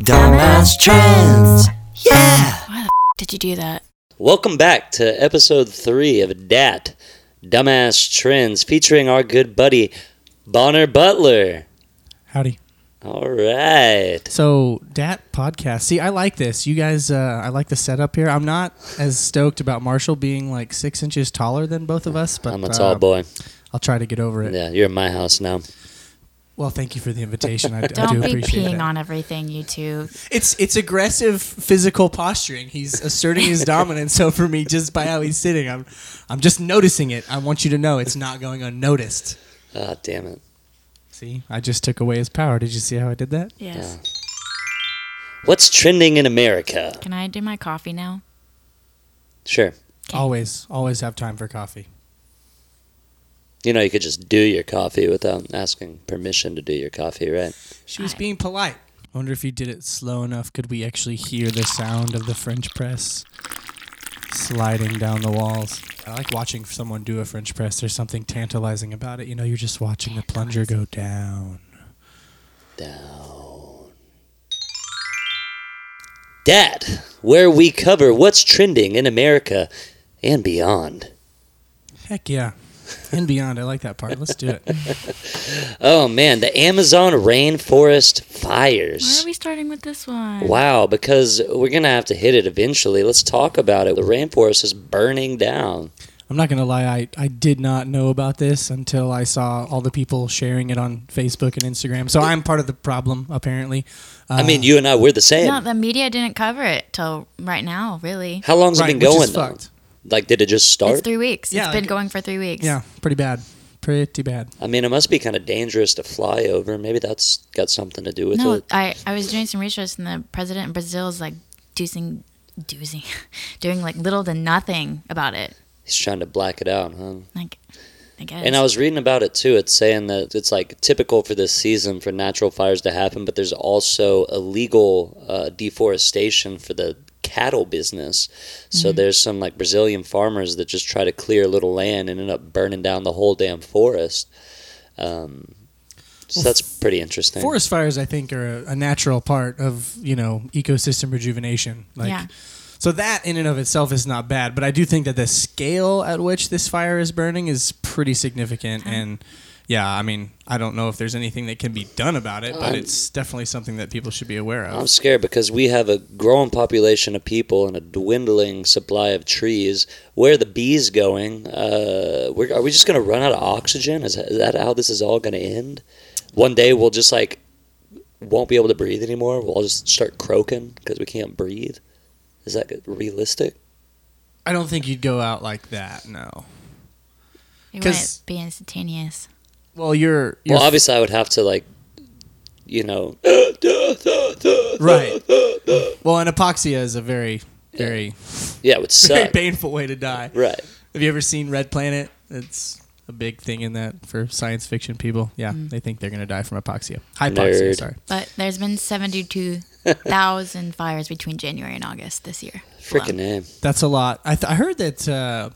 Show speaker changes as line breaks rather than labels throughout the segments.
Dumbass Trends. Yeah.
Did you do that?
Welcome back to episode three of DAT Dumbass Trends featuring our good buddy Bonner Butler.
Howdy.
All right.
So dat podcast. See, I like this. You guys, uh, I like the setup here. I'm not as stoked about Marshall being like six inches taller than both of us, but
I'm a
uh,
tall boy.
I'll try to get over it.
Yeah, you're in my house now.
Well, thank you for the invitation. I, I do
Don't be
appreciate
peeing
that.
on everything, you two.
It's it's aggressive physical posturing. He's asserting his dominance over me just by how he's sitting. I'm I'm just noticing it. I want you to know it's not going unnoticed.
Ah, damn it.
See, I just took away his power. Did you see how I did that?
Yes.
What's trending in America?
Can I do my coffee now?
Sure.
Always, always have time for coffee.
You know, you could just do your coffee without asking permission to do your coffee, right?
She was being polite. I wonder if you did it slow enough, could we actually hear the sound of the French press sliding down the walls? I like watching someone do a French press. There's something tantalizing about it. You know, you're just watching the plunger go down.
Down. DAT, where we cover what's trending in America and beyond.
Heck yeah. And beyond. I like that part. Let's do it.
Oh man, the Amazon rainforest fires.
Why are we starting with this one?
Wow, because we're going to have to hit it eventually. Let's talk about it. The rainforest is burning down.
I'm not going to lie. I, I did not know about this until I saw all the people sharing it on Facebook and Instagram. So I'm part of the problem, apparently.
I
Uh,
mean, you and I, we're the same.
No, the media didn't cover it till right now, really.
How long's
Uh, Right,
it been
which is
going, though?
fucked.
Like, did it just
It's
start?
three weeks.
Yeah,
it's been
like-
going for three weeks.
Yeah, pretty bad. Pretty bad.
I mean, it must be kind of dangerous to fly over. Maybe that's got something to do with
No,
it.
I, I was doing some research, and the president in Brazil is like doozing, doozing, doing like little to nothing about it.
He's trying to black it out, huh?
Like, I guess.
And I was reading about it too. It's saying that it's like typical for this season for natural fires to happen, but there's also illegal uh, deforestation for the cattle business. So there's some like Brazilian farmers that just try to clear a little land and end up burning down the whole damn forest. Um, so that's pretty interesting.
Forest fires, I think, are a, a natural part of you know ecosystem rejuvenation. Like,
Yeah.
So that in and of itself is not bad, but I do think that the scale at which this fire is burning is pretty significant. And yeah, I mean, I don't know if there's anything that can be done about it, but it's definitely something that people should be aware
Uh, I'm
of.
scared because we have a growing population of people and a dwindling supply of trees. Where are the bees going? Uh, we're, are we just going to run out of oxygen? Is, is that how this is all going to end? One day we'll just like won't be able to breathe anymore. We'll all just start croaking because we can't breathe. Is that realistic?
I don't think you'd go out like that. No.
it wouldn't
'cause-
be instantaneous.
Well, you're, you're
Well, obviously I would have to like, you know,
right. well, and epoxia is a very, very,
yeah, it would
very
suck.
painful way to die.
Right.
Have you ever seen Red Planet? It's a big thing in that for science fiction people. Yeah, they think they're gonna die from epoxia. Hypoxia,
Nerd.
sorry.
But there's been 72,000 fires between January and August this year.
Freaking
alone.
name.
That's a lot. I, th- I heard that uh,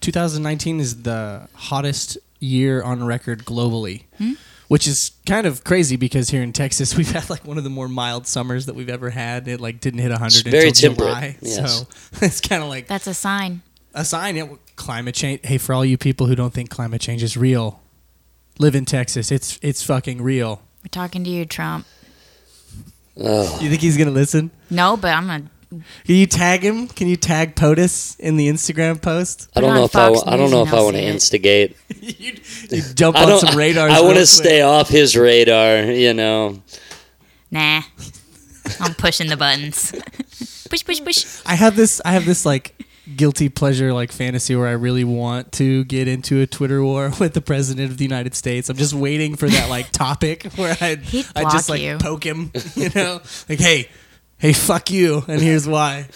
2019 is the hottest year on record globally,
Hmm?
which is kind of crazy because here in Texas we've had like one of the more mild summers that we've ever had. It like didn't hit 100
It's very
until
temperate,
July,
yes.
so it's kind of like
That's a sign.
a sign. It, climate change. Hey, for all you people who don't think climate change is real, live in Texas. It's it's fucking real.
We're talking to you, Trump.
Oh,
You think he's gonna listen?
No, but I'm gonna.
Can you tag him? Can you tag POTUS in the Instagram post?
I
Put it
don't
on
know if I,
Fox
wa- I don't
News
know
and
if I
I'll
want to
see it.
instigate.
you, you jump
I
on
don't.
some radars.
I, want
real
to
quick.
stay off his radar. You know,
Nah. I'm pushing the buttons. push, push, push.
I have this. I have this like guilty pleasure, like fantasy, where I really want to get into a Twitter war with the president of the United States. I'm just waiting for that like topic where I
He'd
I just
block
like
you.
poke him. You know, like hey, hey, fuck you, and here's why.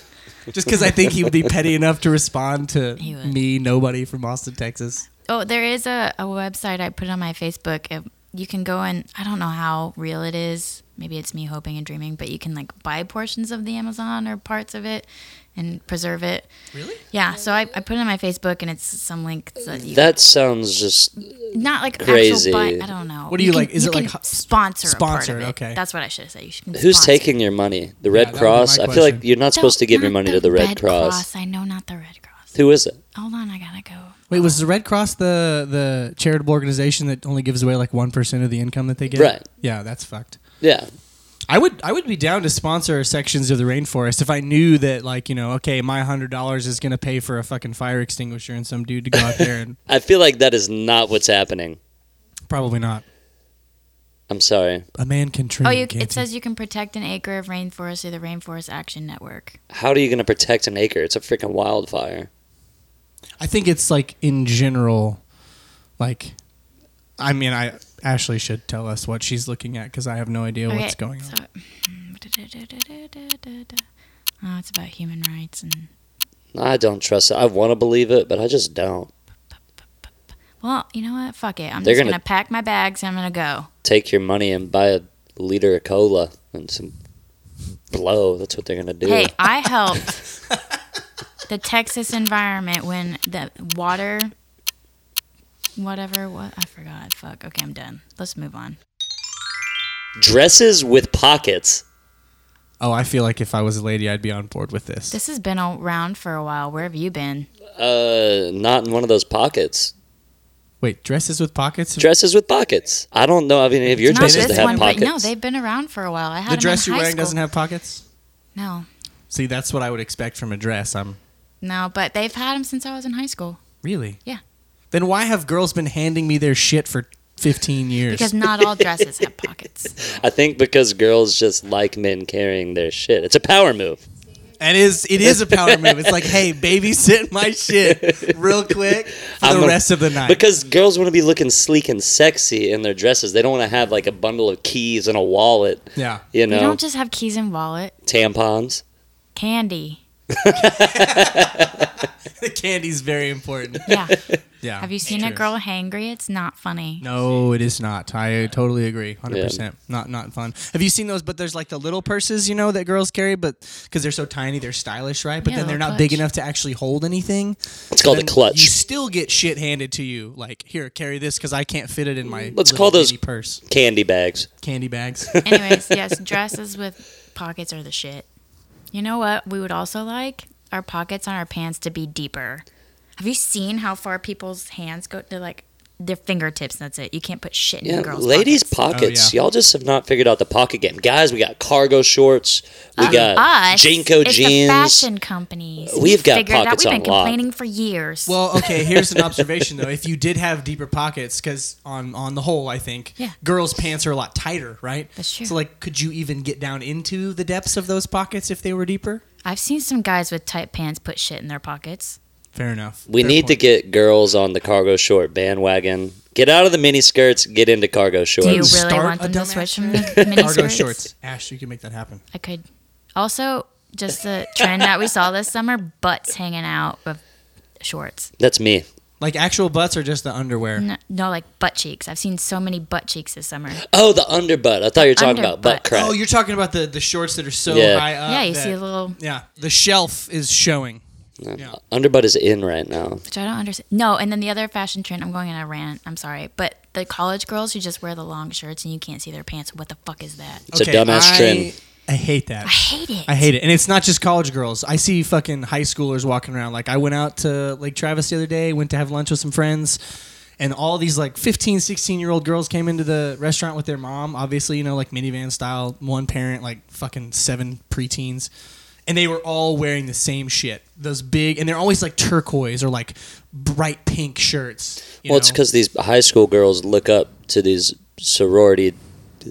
Just because I think he would be petty enough to respond to
He would.
me, nobody from Austin, Texas.
Oh, there is a, a website I put on my Facebook. It- You can go and I don't know how real it is. maybe it's me hoping and dreaming, but you can like buy portions of the Amazon or parts of it and preserve it.
Really?
Yeah, so I, I put it on my Facebook and it's some link that you
That sounds just
not like
Crazy.
actual buy. I don't know.
What do you like- is
you
it like
can
hu-
sponsor? a part of
sponsored,
it.
okay.
that's what I should have said. You should.
who's
sponsor.
taking your money? The Red
that would be
Cross.
my
I feel like
question.
you're not supposed to give your
Not
money to the Red, Cross.
I know not the Red Cross.
Who is it?
Hold on, I gotta go.
Wait, was the Red Cross the the charitable organization that only gives away like one percent of the income that they get?
Right.
Yeah, that's fucked.
Yeah,
I would I would be down to sponsor sections of the rainforest if I knew that like you know okay my hundred dollars is gonna pay for a fucking fire extinguisher and some dude to go out there and
I feel like that is not what's happening.
probably not.
I'm sorry.
A man can dream.
Oh, you,
can't
it
he?
says you can protect an acre of rainforest through the Rainforest Action Network.
How are you going to protect an acre? It's a freaking wildfire.
I think it's like in general, like I mean I Ashley should tell us what she's looking at because I have no idea what's going on.
so- mm, Oh, it's about human rights and
I don't trust it. I want to believe it, but I just don't.
well, you know what? Fuck it. I'm
They're
just
gonna-
gonna pack my bags. and I'm gonna go.
Take your money and buy a liter of cola and some blow. That's what they're going to do.
Hey, I helped the Texas environment when the water, whatever, what I forgot. Fuck. Okay, I'm done. Let's move on.
Dresses with pockets.
Oh, I feel like if I was a lady, I'd be on board with this.
This has been around for a while. Where have you been?
Uh, not in one of those pockets.
Wait, dresses with pockets?
Dresses with pockets. I don't know of any of your
Not
dresses
this
that have
one,
pockets.
but no, they've been around for a while. I had
the
'em
dress
in
you're
high
wearing
school.
doesn't have pockets?
No,
See, that's what I would expect from a dress. I'm
no, but they've had them since I was in high school.
really.
Yeah.
Then why have girls been handing me their shit for 15 years?
Because not all dresses have pockets.
I think because girls just like men carrying their shit. It's a power move.
it is it is a power move. It's like, "Hey, babysit my shit real quick for
I'm
the
gonna-
rest of the night."
Because girls want to be looking sleek and sexy in their dresses. They don't want to have like a bundle of keys and a wallet,
yeah.
you
You
know,
don't just have keys and wallet.
tampons.
Candy.
The candy's very important.
Yeah.
Yeah.
Have you
it's
seen a
true.
girl hangry? It's not funny.
No, it is not. I totally agree. 100%. Not not fun. Have you seen those but there's like the little purses, you know, that girls carry but cuz they're so tiny, they're stylish, right? But
Yeah,
then they're
little
not big
clutch.
enough to actually hold anything.
It's called a
then
clutch.
You still get shit handed to you. Like, here, carry this because I can't fit it in my.
Let's
little
call those-
bitty purse
Candy bags.
candy bags.
Anyways, yes, dresses with pockets are the shit. You know what? We would also like our pockets on our pants to be deeper. Have you seen how far people's hands go? They're like their fingertips. That's it. You can't put shit in
Yeah,
your girls'
ladies'
pockets.
pockets.
Oh, yeah.
Y'all just have not figured out the pocket game, guys. We got cargo shorts. We got
Um, us,
Jinko
it's
jeans.
The fashion companies.
We've got
figured it out.
pockets
We've been
on lock.
complaining for years.
well, okay. Here's an observation though. If you did have deeper pockets, because on on the whole, I think
Yeah.
girls' pants are a lot tighter, right?
That's true.
So, like, could you even get down into the depths of those pockets if they were deeper?
I've seen some guys with tight pants put shit in their pockets.
Fair enough.
we
Fair
need to
point.
get girls on the cargo short bandwagon. Get out of the mini skirts. Get into cargo
Do you
shorts.
really
start
want
a
them to
dumbass
switch from the mini
cargo
skirts?
shorts. Ash, you can make that happen.
I could. Also, just the trend that we saw this summer: butts hanging out of shorts.
That's me.
Like actual butts or just the
Mm.
underwear?
No, no, like butt cheeks. I've seen so many butt cheeks this
Uh,
summer.
Oh, the underbutt. I thought you were talking about butt
Underbutt.
crack.
Oh, you're talking about the the shorts that are so
Yeah.
high up.
yeah, you
that-
see a little,
Yeah, the shelf is showing. Yeah.
Underbutt is in right now.
which I don't understand. No, and then the other fashion trend. I'm going on a rant. I'm sorry, but the college girls who just wear the long shirts and you can't see their pants. What the fuck is that?
It's a dumbass
I,
trend.
I hate that.
I hate it.
I hate it. And it's not just college girls. I see fucking high schoolers walking around. Like I went out to Lake Travis the other day, went to have lunch with some friends, and all these like 15, 16 year old girls came into the restaurant with their mom, obviously, you know, like minivan style, one parent, like fucking seven preteens. And they were all wearing the same shit. Those big, and they're always like turquoise or like bright pink shirts. you
Well, it's
know?
because these high school girls look up to these sorority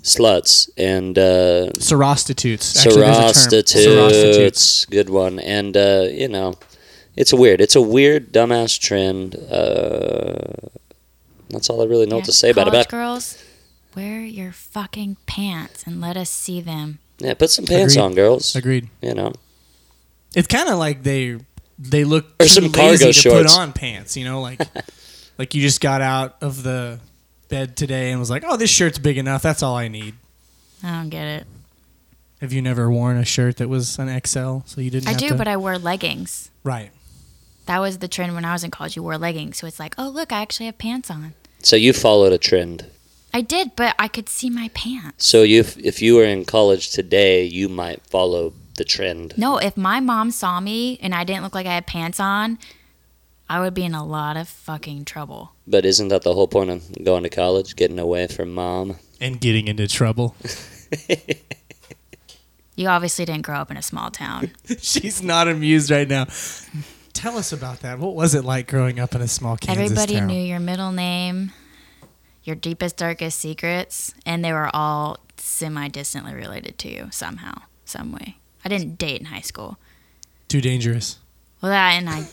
sluts and uh,
Sorostitutes. Actually, there's a term.
Sorostitutes. Good one. And, uh, you know, it's weird. It's a weird, dumbass trend. Uh, that's all I really know
Yeah,
what to say about it.
college
But-
girls. Wear your fucking pants and let us see them.
yeah, put some pants
Agreed.
on, girls.
Agreed.
You know,
It's kind of like they they look
Or
too
some
lazy
cargo
to
shorts.
put on pants. You know, like like you just got out of the bed today and was like, oh, this shirt's big enough. That's all I need.
I don't get it.
Have you never worn a shirt that was an XL so you didn't
I
have
do,
to?
but I wear leggings.
right.
That was the trend when I was in college. You wore leggings, so it's like, oh look, I actually have pants on.
So you followed a trend.
I did, but I could see my pants.
So you, if you were in college today, you might follow the trend.
No, if my mom saw me and I didn't look like I had pants on, I would be in a lot of fucking trouble.
But isn't that the whole point of going to college, getting away from mom?
And getting into trouble.
You obviously didn't grow up in a small town.
She's not amused right now. Tell us about that. What was it like growing up in a small Kansas
Everybody
town?
knew your middle name, your deepest, darkest secrets, and they were all semi distantly related to you somehow, some way. I didn't date in high school.
Too dangerous.
Well, that and I.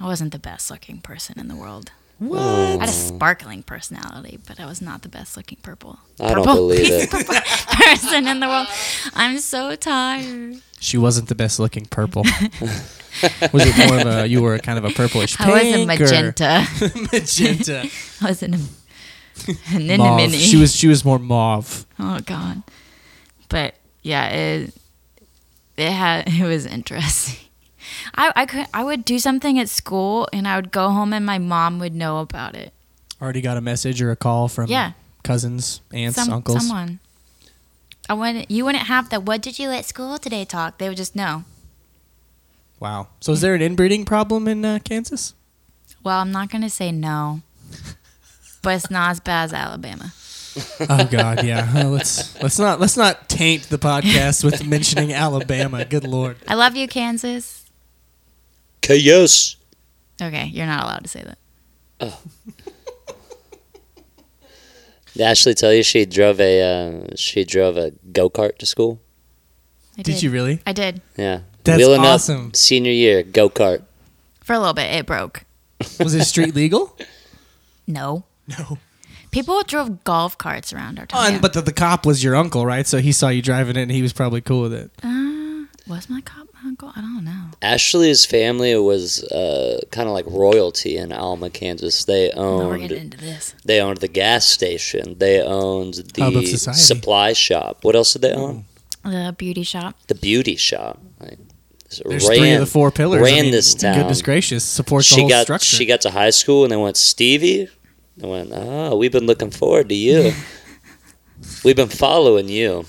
I wasn't the best looking person in the world. I had a sparkling personality, but I was not the best looking purple.
I don't
Purple.
believe it.
person in the world. I'm so tired.
She wasn't the best looking purple. was it more of a you were kind of a purplish
I was a
pink or-
magenta.
magenta.
I was an, an
mauve.
anemone.
She was she was more mauve.
Oh God. But yeah, it it had it was interesting. I I could I would do something at school and I would go home and my mom would know about it.
Already got a message or a call from
Yeah.
cousins, aunts,
Some
uncles.
someone. I wouldn't you wouldn't have the what did you at school today talk. They would just know.
Wow. So is there an inbreeding problem in uh, Kansas?
Well, I'm not gonna say no. But it's not as bad as Alabama.
Oh God, yeah. Uh, let's let's not let's not taint the podcast with mentioning Alabama. Good lord.
I love you, Kansas.
Chaos.
Okay, you're not allowed to say that.
Did Ashley tell you she drove a uh, she drove a go kart to school?
I
Did you really?
I did.
Yeah,
That's
wheeling
awesome.
up senior year go kart.
For a little bit, it broke.
Was it street legal?
No.
No.
People drove golf carts around our town.
Un- But the, the cop was your uncle, right? So he saw you driving it, and he was probably cool with it.
Uh, was my cop my uncle? I don't know.
Ashley's family was uh, kind of like royalty in Alma, Kansas. They
Oh,
No, we're
owned
getting into this.
they owned the gas station. They owned
Hub
the
of society.
supply shop. What else did they own?
The beauty shop.
The beauty shop. Like,
There's three of the four pillars. I
Ran
mean,
this town.
Goodness gracious, supports the
she
whole
got
structure.
she got to high school and they went Stevie. They went, oh, we've been looking forward to you. we've been following you.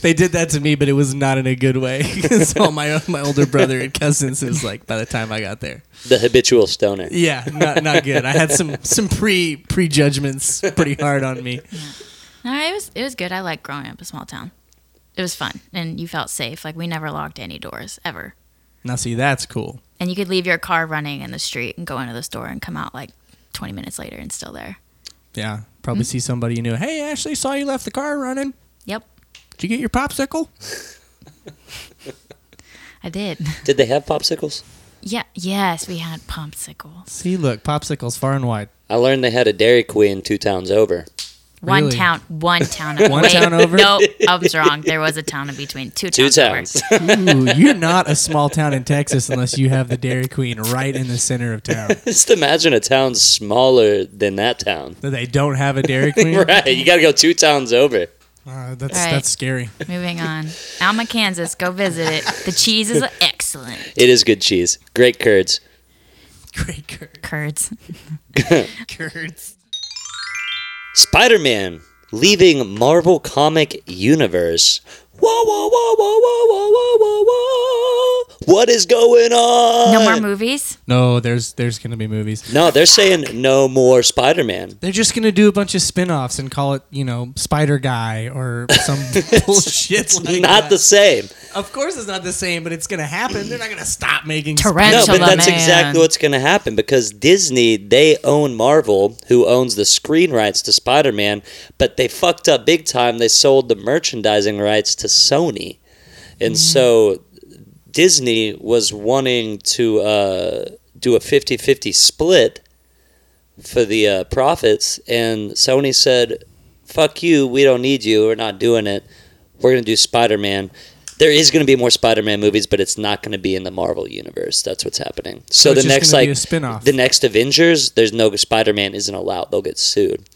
They did that to me, but it was not in a good way. so my my older brother and cousins is like by the time I got there.
The habitual stoner.
Yeah, not not good. I had some some pre prejudgments pretty hard on me.
No, it was it was good. I liked growing up in a small town. It was fun, and you felt safe. Like we never locked any doors ever,
Now see that's cool.
and you could leave your car running in the street and go into the store and come out like 20 minutes later and still there.
Yeah. Probably see somebody you knew. Hey Ashley, saw you left the car running.
Yep,
Did you get your popsicle?
I did.
Did they have popsicles?
yeah, yes, we had popsicles.
See, look, popsicles far and wide.
I learned they had a Dairy Queen two towns over.
One
Really?
town, one town. over.
One
Wait,
town over?
No, I was wrong. There was a town in between. Two,
Two
towns. over.
towns.
Ooh, you're not a small town in Texas unless you have the Dairy Queen right in the center of town.
Just imagine a town smaller than that town.
That they don't have a Dairy Queen.
Right, you got to go two towns over.
Uh, that's
Right.
that's scary.
Moving on. Alma, Kansas. Go visit it. The cheese is excellent.
It is good cheese, great curds.
Great cur-
Curds.
curds.
Spider Man leaving Marvel comic universe. Whoa, whoa, whoa, whoa, whoa, whoa, whoa, whoa, whoa! What is going on?
No more movies.
No, there's there's gonna be movies.
No, they're saying no more Spider Man.
They're just gonna do a bunch of spin-offs and call it, you know, Spider Guy or some bullshit like
Not
that.
the same.
Of course, it's not the same, but it's gonna happen. They're not gonna stop making.
No,
Tarantula
but that's
Man.
exactly what's going to happen because Disney, they own Marvel, who owns the screen rights to Spider Man, but they fucked up big time. They sold the merchandising rights to Sony. And so Disney was wanting to uh, do a 50 50 split for the uh, profits, and Sony said, fuck you, we don't need you, we're not doing it. We're going to do Spider Man. There is going to be more Spider Man movies, but it's not going to be in the Marvel universe. That's what's happening. So,
it's
the
just
next,
gonna
like,
be a spin-off.
the next Avengers, there's no Spider Man isn't allowed. They'll get sued.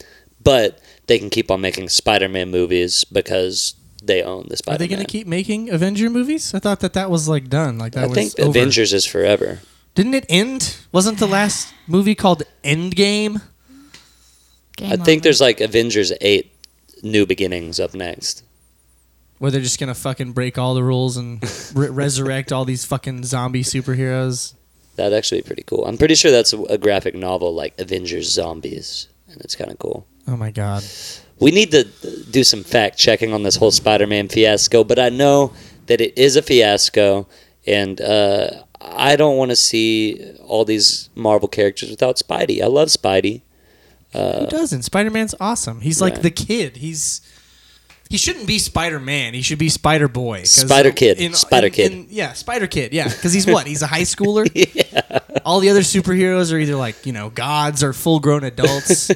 But they can keep on making Spider-Man movies because they own the
Are
Spider-Man.
they going to keep making Avenger movies? I thought that that was like done. Like that
I
was
think
over.
Avengers is forever.
Didn't it end? Wasn't the last movie called Endgame?
Game
I
over.
think there's like Avengers 8 New Beginnings up next.
Where they're just gonna fucking break all the rules and re- resurrect all these fucking zombie superheroes.
That'd actually be pretty cool. I'm pretty sure that's a- a graphic novel like Avengers Zombies, and it's kind of cool.
Oh my god!
We need to th- do some fact checking on this whole Spider Man fiasco, but I know that it is a fiasco, and uh, I don't want to see all these Marvel characters without Spidey. I love Spidey.
Who doesn't? Spider Man's awesome. He's like
right.
the kid. He's he shouldn't be Spider Man. He should be Spider Boy. 'Cause
Spider Kid. Spider Kid.
yeah, Spider Kid. Yeah, because he's what? He's a high schooler. All the other superheroes are either like you know gods or full grown adults.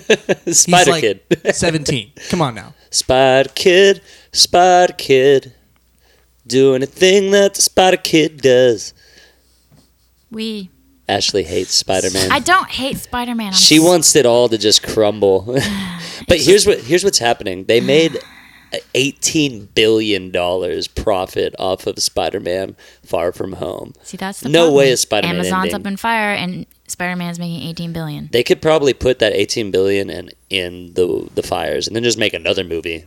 He's
Spider
like
Kid.
Seventeen. Come on now.
Spider Kid, Spider Kid, do anything that the Spider Kid does.
we.
Ashley hates Spider Man.
I don't hate Spider Man.
she wants it all to just crumble. but here's what here's what's happening. They made eighteen billion dollars profit off of Spider-Man: Far From Home.
See, that's the
No
problem.
way is Spider-Man
Amazon's
ending.
up in fire, and Spider Man's making 18 billion.
They could probably put that eighteen billion in in the the fires, and then just make another movie,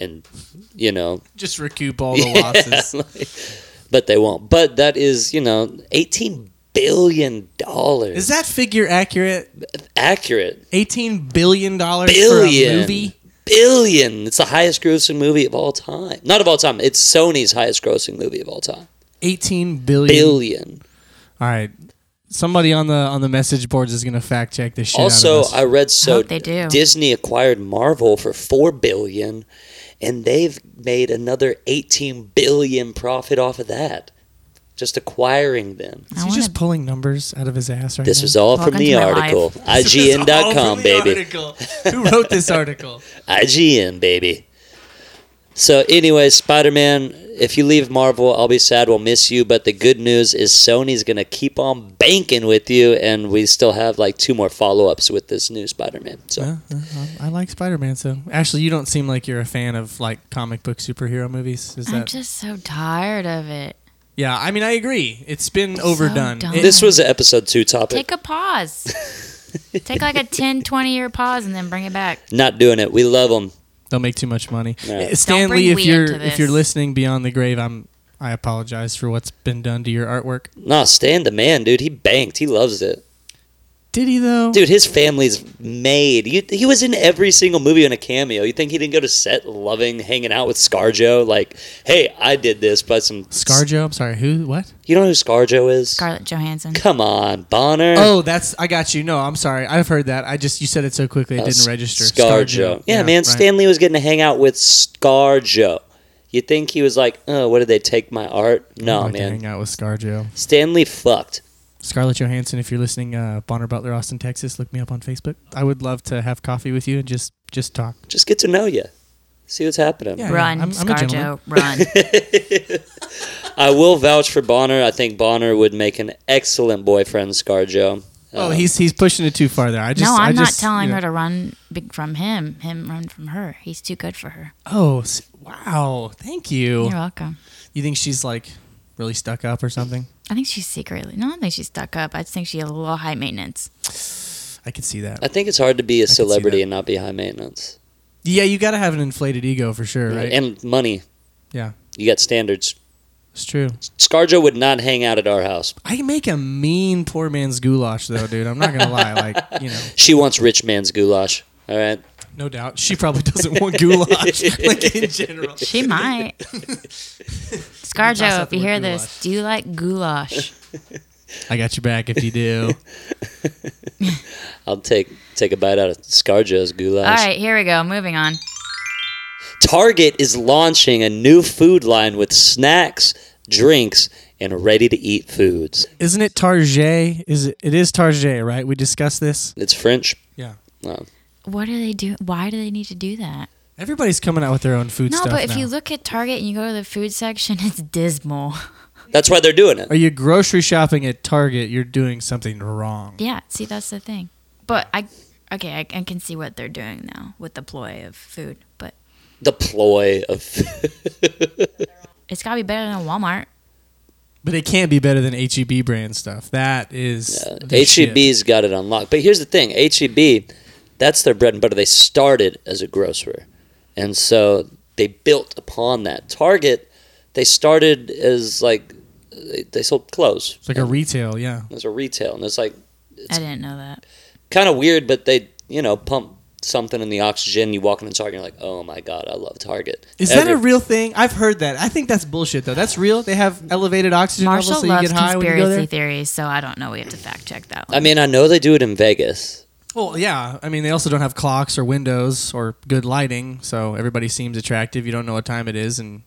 and you know,
Just recoup all the losses.
but they won't. But that is you know eighteen billion dollars.
Is that figure accurate?
accurate?
Eighteen billion dollars for
Billion.
a movie.
Billion. It's the highest grossing movie of all time. Not of all time. It's Sony's highest grossing movie of all time.
Eighteen billion.
Billion.
All right. Somebody on the on the message boards is gonna fact check this shit.
also,
out of us.
I read so
hope they do.
Disney acquired Marvel for four billion, and they've made another eighteen billion profit off of that, just acquiring them.
is
I
he
wanna-
just pulling numbers out of his ass right
This
now?
was all
Welcome
from the
to my
article.
Mm-hmm. This is all
IGN.com,
from the
baby.
article. Who wrote this article?
IGN, baby. So, anyway, Spider Man, if you leave Marvel, I'll be sad. We'll miss you. But the good news is Sony's going to keep on banking with you. And we still have like two more follow ups with this new Spider Man. So,
Uh, uh, I like Spider Man. So, Ashley, you don't seem like you're a fan of like comic book superhero movies. Is
I'm
that?
just so tired of it.
yeah, I mean, I agree. It's been overdone.
dumb.
It-
this was an episode two topic.
Take a pause. Take like a 10, 20 year pause and then bring it back.
Not doing it. We love them.
they'll make too much money.
Yeah.
Uh,
Don't
Stanley,
bring
if
weed
you're
into
if you're
this.
listening beyond the grave, I'm I apologize for what's been done to your artwork.
Nah, Stan the man, dude. He banked. He loves it.
Did he though?
Dude, his family's made. You, he was in every single movie in a cameo. You think he didn't go to set loving hanging out with ScarJo? Like, hey, I did this, but some.
ScarJo. I'm sorry. Who? What?
You know who ScarJo is?
Scarlett Johansson.
Come on, Bonner.
Oh, that's I got you. No, I'm sorry. I've heard that. I just you said it so quickly. It
Uh,
didn't
S-
register.
ScarJo. Yeah, man.
right.
Stanley was getting to hang out with ScarJo. You think he was like, oh, what did they take my art? No,
I'd like to
man.
Hang out with ScarJo.
Stanley fucked.
Scarlett Johansson, if you're listening, uh, Bonner Butler, Austin, Texas, look me up on Facebook. I would love to have coffee with you and just just talk.
Just get to know you. See what's happening.
Yeah.
Run,
I'm- I'm a gentleman.
ScarJo, run.
I will vouch for Bonner. I think Bonner would make an excellent boyfriend, Um, ScarJo.
oh, he's he's pushing it too far there. I just
no,
I
I'm not
just,
telling
you know-
her to run big from him. Him run from her. He's too good for her.
Oh, s- wow! Thank you.
You're welcome.
You think she's like really stuck up or something?
I think she's secretly. No, I don't think she's stuck up. I just think she's a little high maintenance.
I could see that.
I think it's hard to be a
see
celebrity
that.
and not be high maintenance.
Yeah, you got to have an inflated ego for sure, right?
And money.
Yeah.
You got standards.
it's true.
ScarJo would not hang out at our house.
I make a mean poor man's goulash though, dude. I'm not gonna lie. Like you know,
She wants rich man's goulash. All right.
No doubt. She probably doesn't want goulash, like in general.
She might.
Toss
ScarJo,
out
if
the
you
word
hear
goulash.
this, do you like goulash?
I got your back if you do.
I'll take take a bite out of ScarJo's goulash.
All right, here we go. Moving on.
Target is launching a new food line with snacks, drinks, and ready to eat foods.
Isn't it Target? Is it? It is Target, right? We discussed this.
It's French.
Yeah.
Wow.
What do they do? Why do they need to do that?
Everybody's coming out with their own food
No,
stuff
but if
now.
you look at Target and you go to the food section, it's dismal.
That's why they're doing it.
Are you grocery shopping at Target? You're doing something wrong.
Yeah, see, that's the thing. But I, okay, I, I can see what they're doing now with the ploy of food, but
The ploy of
it's gotta be better than Walmart.
But it can't be better than HEB brand stuff. That is the shit.
HEB's E got it unlocked. But here's the thing: HEB, that's their bread and butter. They started as a grocer, and so they built upon that. Target, they started as like they- they sold clothes
It's like a retail, yeah.
as a retail, and it's like
I didn't know that.
kind of weird. But they, you know, pump something in the oxygen. You walk into Target, you're like, oh my god, I love Target.
Is that a
Every-
real thing? I've heard that. I think that's bullshit though. That's real. They have elevated oxygen
Marshall
levels, so you
loves
get high when you go
conspiracy
there.
theories, so I don't know. We have to fact check that one.
I mean, I know they do it in Vegas.
Well, yeah. I mean, they also don't have clocks or windows or good lighting, so everybody seems attractive. You don't know what time it is, and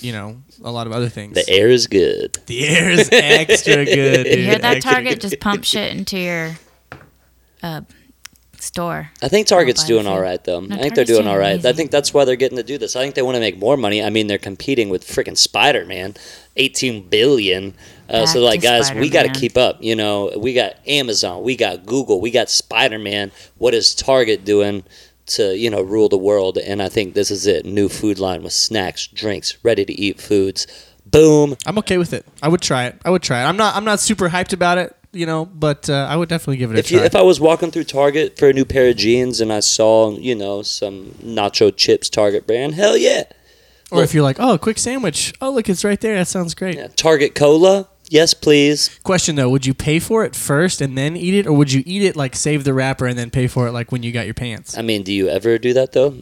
you know a lot of other things.
The air is good.
The air is extra good. Dude.
you hear that,
Extra
Target? Just pump shit into your uh, store.
I think Target's
buy
doing
anything.
all right, though. I think
Target's
they're doing
doing
all right. I
amazing.
think that's why they're getting to do this. I think they want to make more money. I mean, they're competing with freaking Spider Man, eighteen billion. Uh,
Back
so they're like,
to
guys, we got to
Spider-Man.
keep up. You know, we got Amazon, we got Google, we got Spider Man. What is Target doing to you know rule the world? And I think this is it. New food line with snacks, drinks, ready to eat foods. Boom.
I'm okay with it. I would try it. I would try it. I'm not. I'm not super hyped about it, you know, but uh, I would definitely give it a
If,
try.
you, if I was walking through Target for a new pair of jeans and I saw, you know, some nacho chips Target brand, hell yeah.
or if you're like, oh, quick sandwich. Oh, look, it's right there. That sounds great.
Yeah, Target Cola. Yes, please.
Question though, would you pay for it first and then eat it, or would you eat it like save the wrapper and then pay for it like when you got your pants?
I mean, do you ever do that though?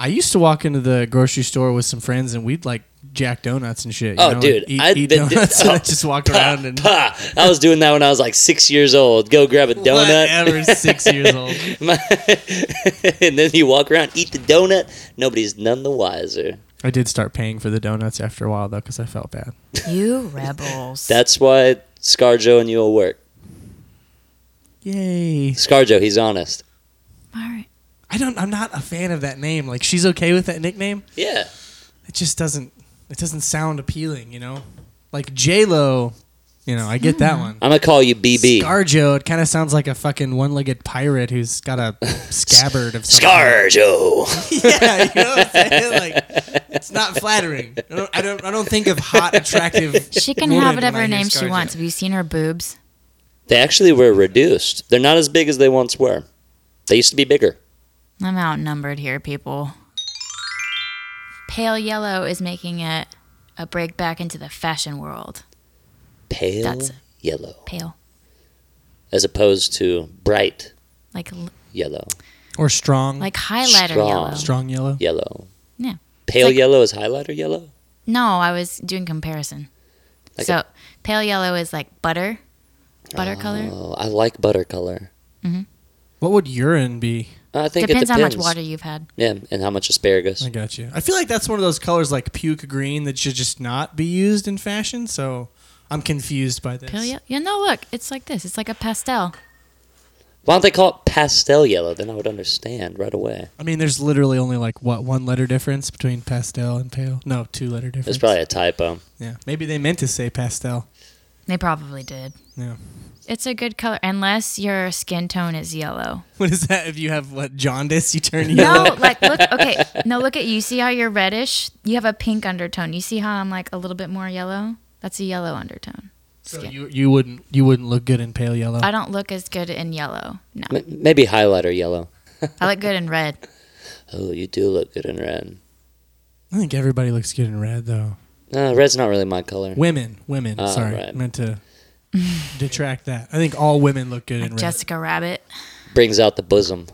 I used to walk into the grocery store with some friends and we'd like jack donuts and shit. You
Oh,
know,
dude,
like, eat,
I'd
eat
been do-
donuts and
oh,
I just walked around and
Pa, I was doing that when I was like six years old. Go grab a
whatever.
donut.
Six years old.
My- and then you walk around, eat the donut. Nobody's none the wiser.
I did start paying for the donuts after a while though, because I felt bad.
You rebels.
That's why Scarjo and you will work.
Yay!
Scarjo, he's honest.
All right.
I don't. I'm not a fan of that name. Like she's okay with that nickname.
Yeah.
It just doesn't. It doesn't sound appealing. You know, like J Lo. You know, I get that one.
I'm going to call you BB.
Scarjo, it kind of sounds like a fucking one-legged pirate who's got a scabbard of some
Scarjo.
yeah, you know what I'm saying? Like, it's not flattering. I don't, I don't, I don't think of hot, attractive.
She can
women
have
when I
whatever
hear
name she
Scarjo.
wants. Have you seen her boobs?
They actually were reduced. They're not as big as they once were. They used to be bigger.
I'm outnumbered here, people. Pale yellow is making a, a break back into the fashion world.
Pale
That's-
yellow,
Pale,
as opposed to bright
like l-
yellow.
Or strong,
like highlighter
Mm. Strong.
yellow.
strong yellow.
yellow.
Yeah.
Pale
Like-
yellow is highlighter yellow.
No, I was doing comparison.
Like
so pale yellow is like butter, butter color.
Oh, I like butter color.
What would urine be?
I think
Depends,
it depends
how much water you've had.
Yeah, and how much asparagus.
I got you. I feel like that's one of those colors like puke green that should just not be used in fashion. So I'm confused by this.
Pale yellow. Yeah, no, look, it's like this. It's like a pastel.
Why don't they call it pastel yellow? Then I would understand right away.
I mean, there's literally only like what one letter difference between pastel and pale. No, two letter difference.
It's probably a typo.
yeah. Maybe they meant to say pastel.
They probably did.
Yeah.
It's a good color unless your skin tone is yellow.
What is that? If you have what jaundice, you turn yellow.
No, like look, okay. No, look at you. See how you're reddish? You have a pink undertone. You see how I'm like a little bit more yellow? That's a yellow undertone.
So you you wouldn't you wouldn't look good in pale yellow.
I don't look as good in yellow. No,
M- maybe highlighter yellow.
I look good in red.
Oh, you do look good in red.
I think everybody looks good in red though.
No, Uh, red's not really my color.
Women, women.
Oh,
sorry,
right.
meant to detract that. I think all women look good in red.
Jessica Rabbit.
Brings out the bosom.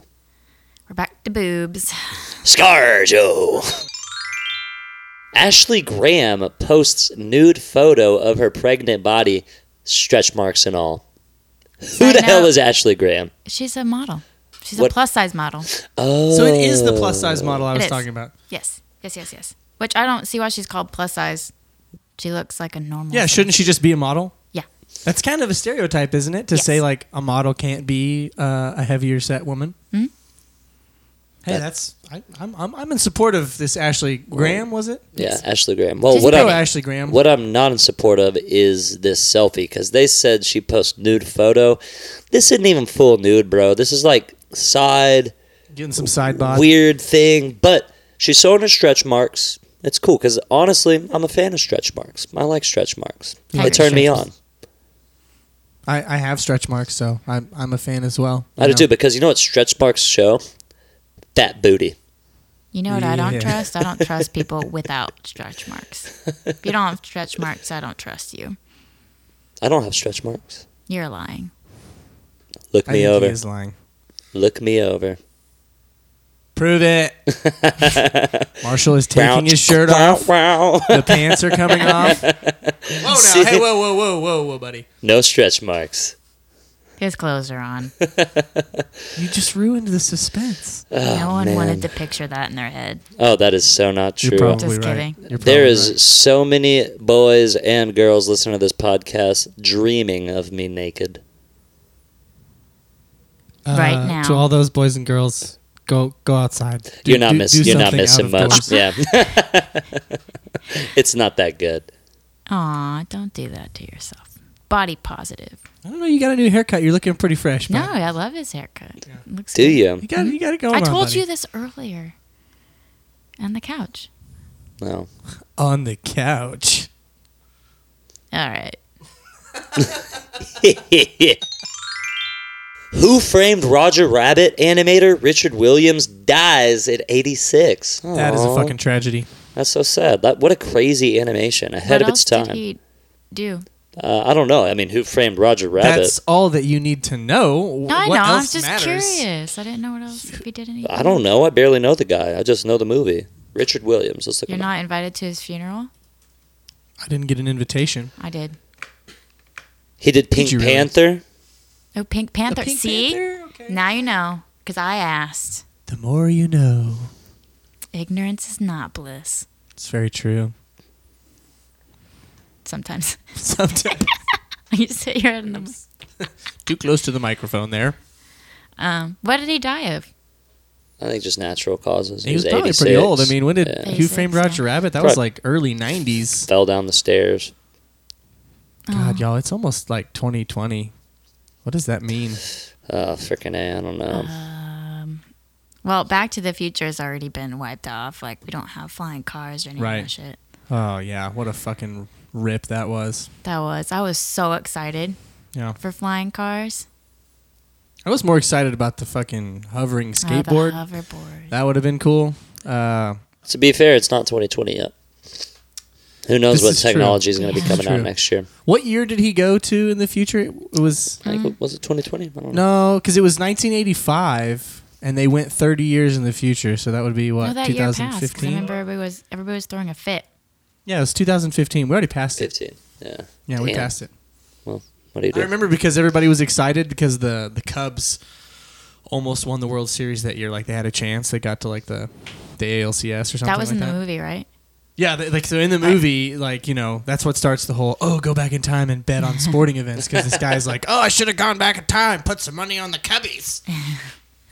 We're back to boobs.
Scarjo. Ashley Graham posts nude photo of her pregnant body, stretch marks and all. Who the
Side
hell
note.
is Ashley Graham?
She's a model. She's
What-
a plus size model.
Oh,
so it is the plus size model I
It
was
is.
talking about.
Yes, yes, yes, yes. Which I don't see why she's called plus size. She looks like a normal.
Yeah,
size.
shouldn't she just be a model?
Yeah.
That's kind of a stereotype, isn't it? To
Yes. Hmm?
say like a model can't be uh, a heavier set woman. Hey, that's I, I'm, I'm I'm in support of this Ashley Graham. Was it?
Yeah, Ashley Graham. Well,
Just
what
pro
I'm,
Ashley Graham.
What I'm not in support of is this selfie because they said she posted nude photo. This isn't even full nude, bro. This is like side
Getting some side bod.
weird thing, but she's showing her stretch marks. It's cool because honestly, I'm a fan of stretch marks. I like stretch marks.
I
they
like
turn me
stretches.
on.
I, I have stretch marks, so I'm I'm a fan as well.
I do too because you know what stretch marks show? Fat booty.
You know what I
Yeah.
don't trust? I don't trust people without stretch marks. If you don't have stretch marks, I don't trust you.
I don't have stretch marks.
You're lying.
Look
I
me
think he
over.
is lying.
Look me over.
Prove it. Marshall is taking his shirt
Wow,
off.
wow.
The pants are coming off. Whoa now! Hey, whoa, whoa, whoa, whoa, whoa, buddy!
no stretch marks.
His clothes are on.
You just ruined the suspense.
no one
Oh, man.
wanted to picture that in their head.
Oh, that is so not true.
You're probably
Just
right.
kidding.
You're probably
There is
right.
so many boys and girls listening to this podcast dreaming of me naked.
right
Uh,
now.
to all those boys and girls. Go go outside. Do-
you're not
do- do
missing. You're not
something out
missing
of
much.
doors.
Yeah, it's not that good.
Aw, don't do that to yourself. Body positive.
I don't know. You got a new haircut. You're looking pretty fresh.
No,
bud.
I love his haircut. Looks
Do
good.
you?
you got you got it going.
I
on,
told
buddy.
you this earlier. On the couch.
No.
on the couch.
All right.
Who framed Roger Rabbit? Animator Richard Williams dies at 86.
That is a
Aw,
fucking tragedy.
That's so sad. That, what a crazy animation
what
ahead of its
else did
time.
he do?
Uh, I don't know. I mean, who framed Roger Rabbit?
That's all that you need to know.
No, I
what
know. I
else
was just
matters?
curious. I didn't know what else if he did anything.
I don't know. I barely know the guy. I just know the movie. Richard Williams. Let's look
You're
him up.
not invited to his funeral?
I didn't get an invitation.
I did.
He did Pink
you really?
Panther.
Oh, Pink Panther.
Pink
See?
Panther? Okay.
Now you know. Because I asked.
The more you know.
Ignorance is not bliss.
It's very true.
Sometimes
Sometimes
you sit here in the.
too close to the microphone there.
Um, what did he die of?
I think just natural causes.
He was, probably pretty old. I
86.
mean, when did
Yeah.
Who Framed
86, yeah.
Roger Rabbit? That was
Probably-
like early '90s.
fell down the stairs.
Oh.
God, y'all, it's almost like 2020. What does that mean?
Oh, freaking a! I don't know.
Well, Back to the Future has already been wiped off. Like we don't have flying cars or any of
Right.
that shit.
Oh yeah, what a fucking rip that was.
That was I was so excited
Yeah,
for flying cars.
I was more excited about the fucking hovering
Oh, the
skateboard.
hoverboard.
that would have been cool. Uh,
to be fair, it's not 2020 yet. Who knows
This
what
is true.
technology is going to
This
be
is
coming out
true.
next year?
what year did he go to in the future? It was
I think was it 2020? I don't know.
no, because it was 1985, and they went 30 years in the future. So that would be
Oh,
what
that year passed. 'cause I
2015.
remember everybody was everybody was throwing a fit.
yeah, it was 2015. We already passed it.
15. Yeah.
Yeah, we
Damn.
passed it.
Well, what do you do?
I remember because everybody was excited because the the Cubs almost won the World Series that year. Like they had a chance. They got to like the the ALCS or something.
that was
like
in the
that.
movie, right?
Yeah, they, like so in the movie, like you know, that's what starts the whole oh go back in time and bet on sporting events because this guy's like oh I should have gone back in time, put some money on the Cubbies,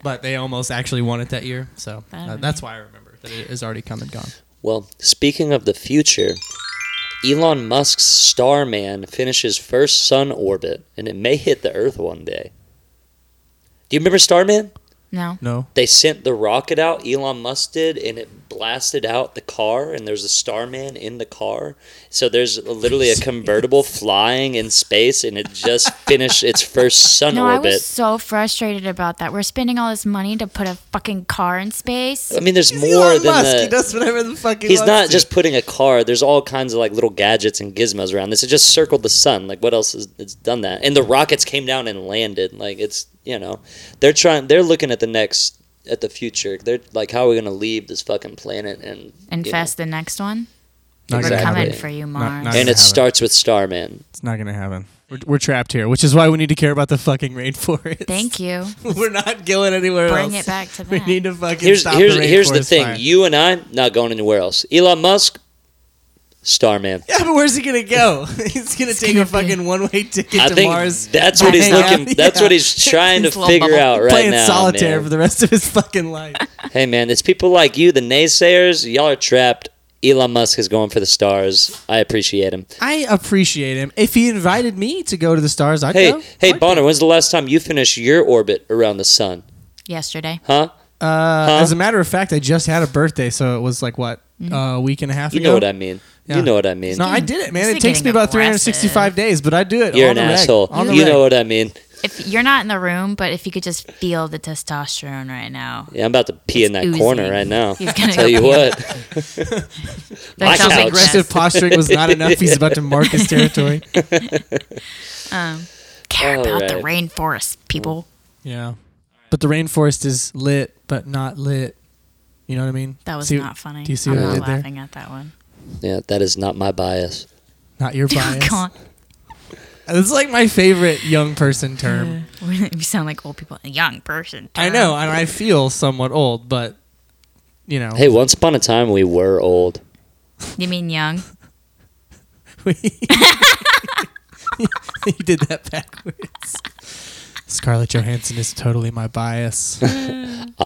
but they almost actually won it that year, so
That
uh,
would
that's why I remember that it is already come and gone.
Well, speaking of the future, Elon Musk's Starman finishes first sun orbit, and it may hit the Earth one day. Do you remember Starman?
No.
No,
They sent the rocket out, Elon Musk did, and it blasted out the car, and there's a Starman in the car. So there's literally a convertible flying in space, and it just finished its first sun
No, I
orbit. I,
was so frustrated about that. We're spending all this money to put a fucking car in space.
mean, there's more than the.
he does whatever the fuck he
He's
wants
not
to.
just putting a car. There's all kinds of like little gadgets and gizmos around this. It just circled the sun. Like what else has it's done that? And the rockets came down and landed. Like it's you know, they're trying. They're looking at the next at the future. They're like, how are we gonna leave this fucking planet and
Infest the next one.
Not
We're
gonna
Exactly.
coming
happen.
for you,
Not-
Mars.
not-
You know? And it
Have it.
starts with Starman.
It's not gonna happen. We're, we're trapped here, which is why we need to care about the fucking rainforest.
Thank you.
we're not going anywhere
Bring
else.
it back to
We
that.
need to fucking
Here's
stop
here's
the
here's the
rainforest
thing.
fire.
You and I not going anywhere else. Elon Musk, Starman.
Yeah, but where's he gonna go? he's gonna take
gonna
a fucking one way ticket
I
to
think
Mars.
that's what he's
Hang out.
looking. That's what
Yeah.
he's trying to
His little
figure
bubble.
out right
playing
now.
solitaire
man.
for the rest of his fucking life.
Hey man, it's people like you, the naysayers. Y'all are trapped. Elon Musk is going for the stars. I appreciate him.
I appreciate him. If he invited me to go to the stars, I'd
Hey,
go.
hey
I'd
Bonner, when's the last time you finished your orbit around the sun?
yesterday.
Huh?
Uh, As a matter of fact, I just had a birthday, so it was like what
Mm-hmm.
uh, a week and a half
You
ago.
know what I mean.
Yeah.
You know what I mean.
No, I did it, man.
It's
It
not
takes
getting
me about
aggressive.
365 days, but I do it.
You're
on
an
the reg,
asshole.
on the
You
reg.
know what I mean.
If you're not in the room, but if you could just feel the testosterone right now,
Yeah, I'm about to pee in that
oozing.
corner right now.
He's gonna
Tell
go
you
pee.
what.
that
My
sounds
couch.
Aggressive
aggressive.
posturing was not enough. He's about to mark his territory.
Care about the
Alright.
rainforest, people.
Yeah, but the rainforest is lit, but not lit. You know what I mean?
That was
See-
not funny.
Do you see
I'm
what I
not
did there?
laughing at that one.
Yeah, that is not my bias.
Not your bias.
Come
It's like my favorite young person term.
on. you sound like old people. A young person.
I know, and I feel somewhat old, but you know,
Hey, once upon a time we were old.
You mean young?
we you did that backwards. Scarlett Johansson is totally my bias.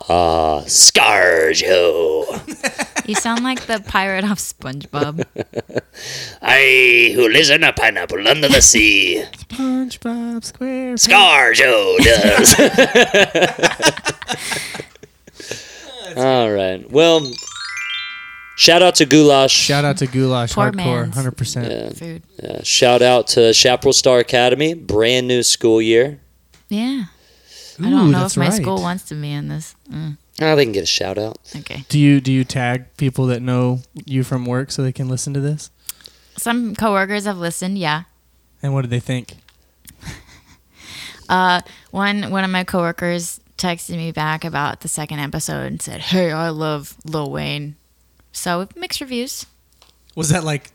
Ah, Scarjo.
You sound like the pirate off SpongeBob.
I who lives in a pineapple under the sea.
SpongeBob SquarePants.
Scarjo does. All right. Well, shout out to Goulash.
Shout out to Goulash
Poor
Hardcore,
man's.
hundred percent.
Food.
Uh, shout out to Chaparral Star Academy. Brand new school year.
Yeah. I
Ooh,
don't know
that's
if my
right.
school wants to be in this. Mm,
Ah, they can get a shout out.
okay.
Do you do you tag people that know you from work so they can listen to this?
Some coworkers have listened. Yeah.
And what did they think?
Uh, One one of my coworkers texted me back about the second episode and said, "Hey, I love Lil Wayne." So mixed reviews.
Was that like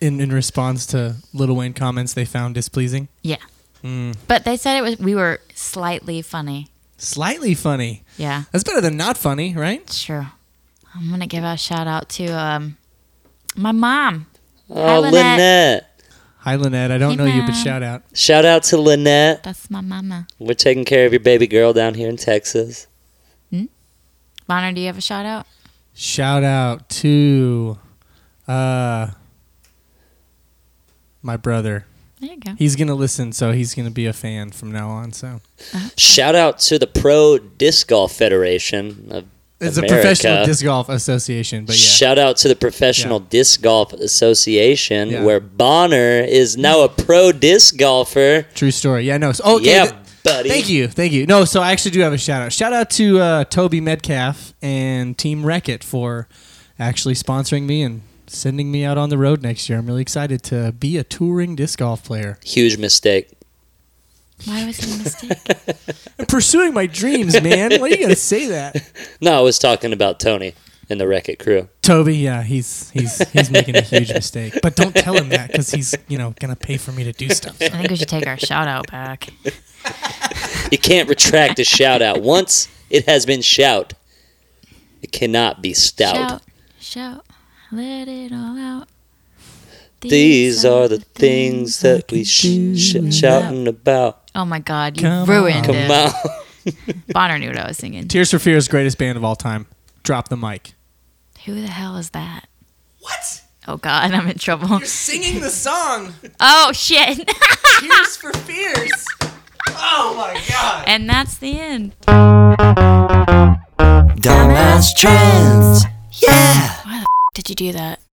in in response to Little Wayne comments they found displeasing?
Yeah.
Hmm.
But they said it was we were slightly funny.
Slightly funny.
Yeah.
That's better than not funny, right?
Sure. I'm gonna give a shout out to um my mom. Hi,
Oh, Lynette.
Hi, Lynette. I don't
Hey,
know you, but
Mom.
shout out.
Shout out to Lynette.
That's my mama.
We're taking care of your baby girl down here in Texas.
Bonner, do you have a shout out?
Shout out to uh my brother.
There you go.
He's gonna listen, so he's gonna be a fan from now on. So
Shout out to the Pro Disc Golf Federation of
it's
America.
a professional disc golf association, but yeah.
Shout out to the Professional Disc Golf Association,
Yeah.
where Bonner is now a pro disc golfer.
True story. Yeah, no. So, okay.
Yeah,
th-
buddy.
Thank you. Thank you. No, so I actually do have a shout out. Shout out to uh, Toby Metcalf and Team Wreck It for actually sponsoring me and sending me out on the road next year. I'm really excited to be a touring disc golf player.
Huge mistake.
Why was it a mistake?
I'm pursuing my dreams, man. Why are you going to say that?
No, I was talking about Tony and the Wreck It crew.
Toby, yeah, he's he's he's making a huge mistake. But don't tell him that cuz he's, you know, going to pay for me to do stuff.
I think we should take our shout out back.
You can't retract a shout out. Once it has been shout, it cannot be stout.
Shout, shout, let it all out.
These are the things that we sh- sh- shouting about.
Oh my God, you
Come
ruined
on.
it.
Come on.
Bonner knew what I was singing.
Tears for Fears greatest band of all time. Drop the mic.
Who the hell is that?
What?
Oh God, I'm in trouble.
Singing the song
Oh shit.
Tears for Fears. Oh my god.
and that's the end.
Dumbass trends. Yeah.
Did you do that?